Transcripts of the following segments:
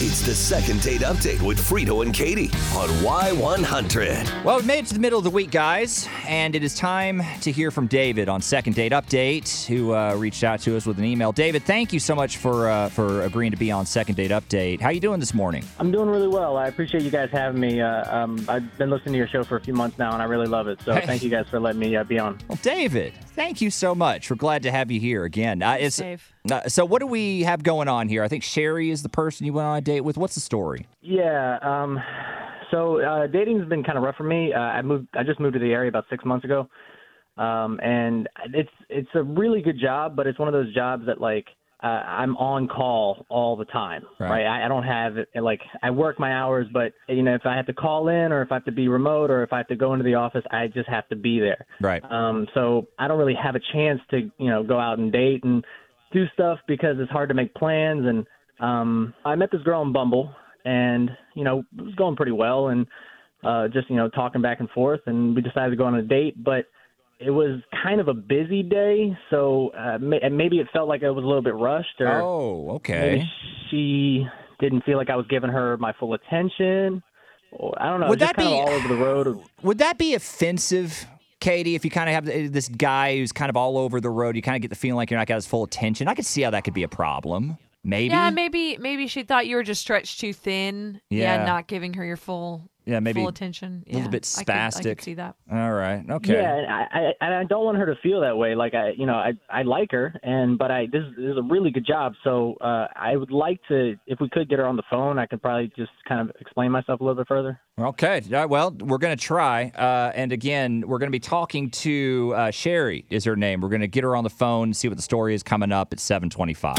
It's the second date update with Frito and Katie on Y100. Well, we've made it to the middle of the week, guys, and it is time to hear from David on Second Date Update, who uh, reached out to us with an email. David, thank you so much for uh, for agreeing to be on Second Date Update. How you doing this morning? I'm doing really well. I appreciate you guys having me. Uh, um, I've been listening to your show for a few months now, and I really love it. So Hey. thank you guys for letting me uh, be on. Well, David, thank you so much. We're glad to have you here again. Uh, it's, Dave. uh, so, what do we have going on here? I think Sherry is the person you went on a date with. What's the story? Yeah. Um, so uh, dating's been kind of rough for me. Uh, I moved. I just moved to the area about six months ago, um, and it's it's a really good job, but it's one of those jobs that like uh, I'm on call all the time. Right. Right. I, I don't have like I work my hours, but you know if I have to call in or if I have to be remote or if I have to go into the office, I just have to be there. Right. Um, so I don't really have a chance to, you know, go out and date and do stuff because it's hard to make plans. And um, I met this girl on Bumble, and you know, it was going pretty well, and uh, just you know, talking back and forth, and we decided to go on a date, but. It was kind of a busy day, so uh, may- and maybe it felt like I was a little bit rushed, or Oh, maybe okay. she didn't feel like I was giving her my full attention. Or, I don't know. Would just that kind be- of all over the road? Would that be offensive, Katie, if you kind of have this guy who's kind of all over the road? You kind of get the feeling like you're not got his full attention. I could see how that could be a problem. Maybe. Yeah, maybe maybe she thought you were just stretched too thin. Yeah. not giving her your full Yeah, maybe full attention. a little Yeah, bit I could- I could, spastic. see that. All right. Okay. Yeah, and I, I and I don't want her to feel that way. Like I, you know, I I like her, and but I this, is- this is a really good job. So uh, I would like to, if we could get her on the phone, I could probably just kind of explain myself a little bit further. Okay. Yeah, well, we're going to try. Uh, and again, we're going to be talking to uh, Sherry is her name. We're going to get her on the phone, see what the story is coming up at 725.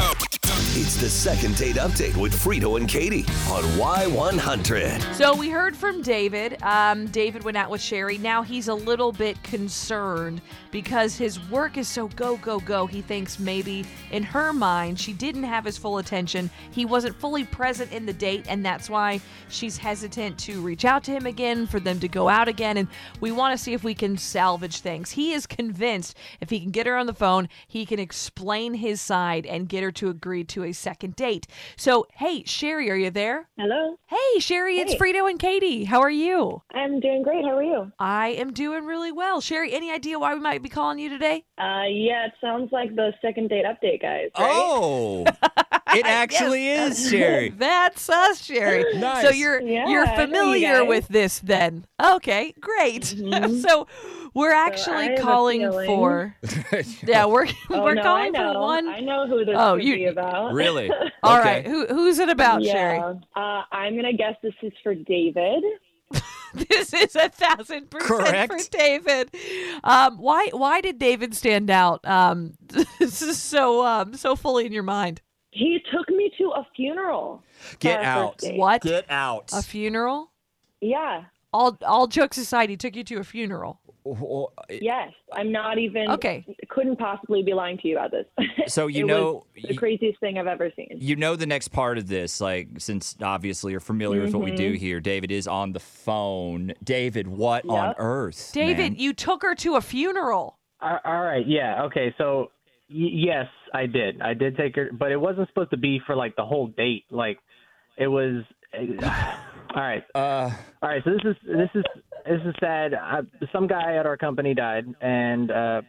It's the second date update with Frito and Katie on Y100. So we heard from David. Um, David went out with Sherry. Now he's a little bit concerned because his work is so go go go. He thinks maybe in her mind she didn't have his full attention. He wasn't fully present in the date, and that's why she's hesitant to reach out to him again for them to go out again. And we want to see if we can salvage things. He is convinced if he can get her on the phone, he can explain his side and get her to agree to a second date. So hey, Sherry, are you there? Hello. Hey, Sherry, it's Hey. Frito and Katie. How are you? I'm doing great. How are you? I am doing really well. Sherry, any idea why we might be calling you today? Uh, yeah, it sounds like the second date update, guys. Right? Oh, it actually is Sherry. That's us, Sherry. Nice. So you're Yeah, you're I know you familiar guys. Mm-hmm. with this then. Okay, great. so we're actually I have a calling feeling. for Yeah, we're Oh, we're no, calling I know. for one I know who this Oh, could you- be about. really? All Okay. right, who who's it about, yeah. Sherry? Uh, I'm gonna guess this is for David. This is a thousand percent Correct. for David. Um, why why did David stand out? Um, this is so um, so fully in your mind. He took me to a funeral. for Get our out. first date. What? Get out. A funeral? Yeah. All all jokes aside, he took you to a funeral. Oh, oh, Yes. I'm not even. Okay. Couldn't possibly be lying to you about this. So you It know- was the craziest thing I've ever seen. you know the next part of this, like since obviously you're familiar with what we do here. David is on the phone. David, what on Yep. earth? David, man? you took her to a funeral. Ar- All right. Yeah. Okay. So y- yes, I did. I did take her, but it wasn't supposed to be for like the whole date. Like it was. all right. Uh, All right, so this is this is this is sad. I, some guy at our company died, and uh,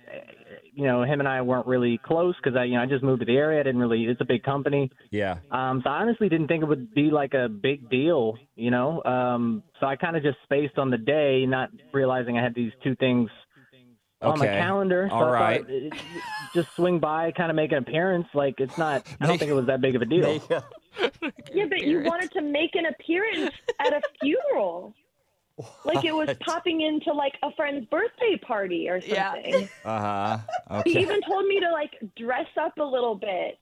you know him and I weren't really close because I you know I just moved to the area. I didn't really. It's a big company, yeah. um, so I honestly didn't think it would be like a big deal, you know. Um, so I kind of just spaced on the day, not realizing I had these two things on my Okay. calendar. So All I right. thought it- it- just swing by, kind of make an appearance. Like it's not. I don't Make- think it was that big of a deal. Yeah, but you wanted to make an appearance at a funeral. Like it was popping into like a friend's birthday party or Yeah. something. Uh huh. He Okay. even told me to like dress up a little bit.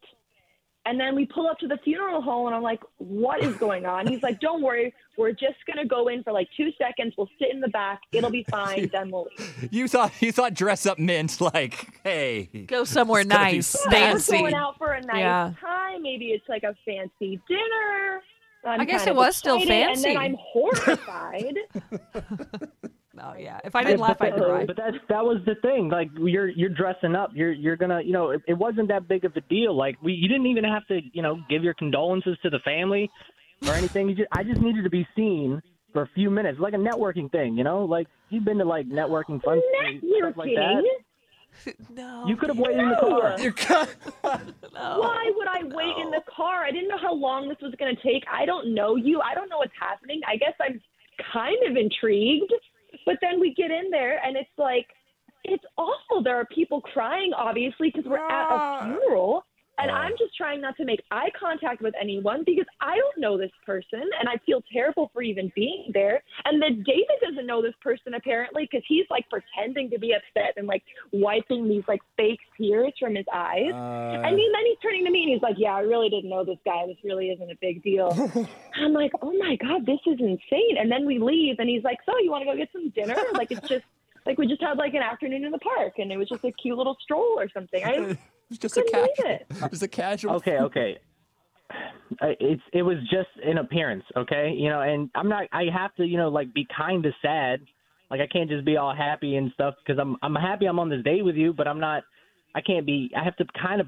And then we pull up to the funeral home and I'm like, what is going on? He's like, don't worry. We're just going to go in for like two seconds. We'll sit in the back. It'll be fine. Then we'll leave. You thought you thought dress up meant like, hey, Go somewhere It's gotta be nice, somewhere. We're fancy. going out for a nice Yeah. time. Maybe it's like a fancy dinner. I'm I guess kind it of was still excited, fancy. And then I'm horrified. Oh yeah. If I didn't laugh, I'd cry. But that that was the thing. Like you're you're dressing up. You're you're gonna you know it, it wasn't that big of a deal. Like we you didn't even have to you know give your condolences to the family. or anything. You just, I just needed to be seen for a few minutes, like a networking thing, you know? Like you've been to like networking fun stuff like Networking? that. No. You could have waited in the car. No. Why would I wait in the car? I didn't know how long this was going to take. I don't know you. I don't know what's happening. I guess I'm kind of intrigued. But then we get in there and it's like, it's awful. There are people crying, obviously, because we're at a funeral. And I'm just trying not to make eye contact with anyone because I don't know this person and I feel terrible for even being there. And then David doesn't know this person apparently because he's like pretending to be upset and like wiping these like fake tears from his eyes. I mean, then he's turning to me and he's like, "Yeah, I really didn't know this guy. This really isn't a big deal." I'm like, "Oh my god, this is insane!" And then we leave, and he's like, "So you want to go get some dinner?" like it's just like we just had like an afternoon in the park, and it was just a cute little stroll or something. I It's just a couldn't believe casual. it. It's a casual. Okay, okay. I- It's it was just an appearance, okay? You know, and I'm not. I have to, you know, like be kind of sad. Like I can't just be all happy and stuff because I'm I'm happy I'm on this date with you, but I'm not. I can't be. I have to kind of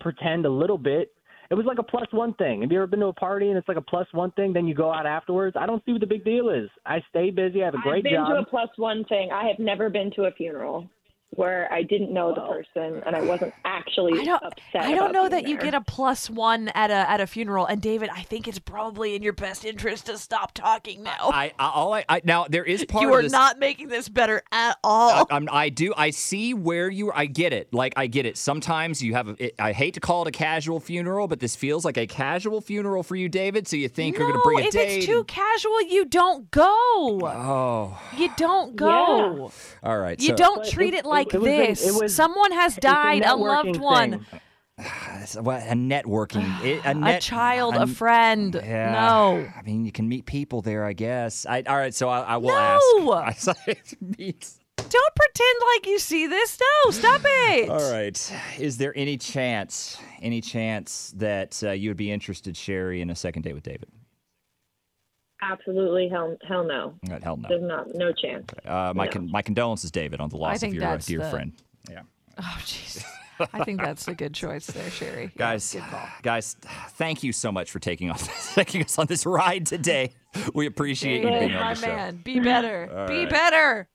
pretend a little bit. It was like a plus one thing. Have you ever been to a party and it's like a plus one thing? Then you go out afterwards. I don't see what the big deal is. I stay busy. I have a I've great been job. to a plus one thing. I have never been to a funeral where I didn't know the person and I wasn't actually I don't. upset. I don't about know being that you there. get a plus one at a at a funeral. And David, I think it's probably in your best interest to stop talking now. I, I all I, I now there is part you of are this. not making this better at all. I'm, I do. I see where you. I get it. Like I get it. Sometimes you have. It, I hate to call it a casual funeral, but this feels like a casual funeral for you, David. So you think you're going no, to bring a if date? it's too casual, you don't go. oh, You don't go. all right. You so, don't But treat it- it like it was a- it this. was- Someone has it's a died, a, loved networking one, thing. That's what- a networking. it- a, a net- child, a a friend. Yeah. No. I mean, you can meet people there, I guess. I, all right, so I, I will No! ask. I meet. Don't pretend like you see this. No, stop it. All right. Is there any chance, any chance that uh, you would be interested, Sherry, in a second date with David? Absolutely, hell, hell no. Uh, Hell no. There's not, no chance. Uh, my, con- my condolences, David, on the loss of think your uh, that's dear the- friend. Yeah. Oh, Jesus. I think that's a good choice there, Sherry. Yeah, Guys, good call. guys, thank you so much for taking off, taking us on this ride today. We appreciate you David, being on my the show. man, be better. be right. better.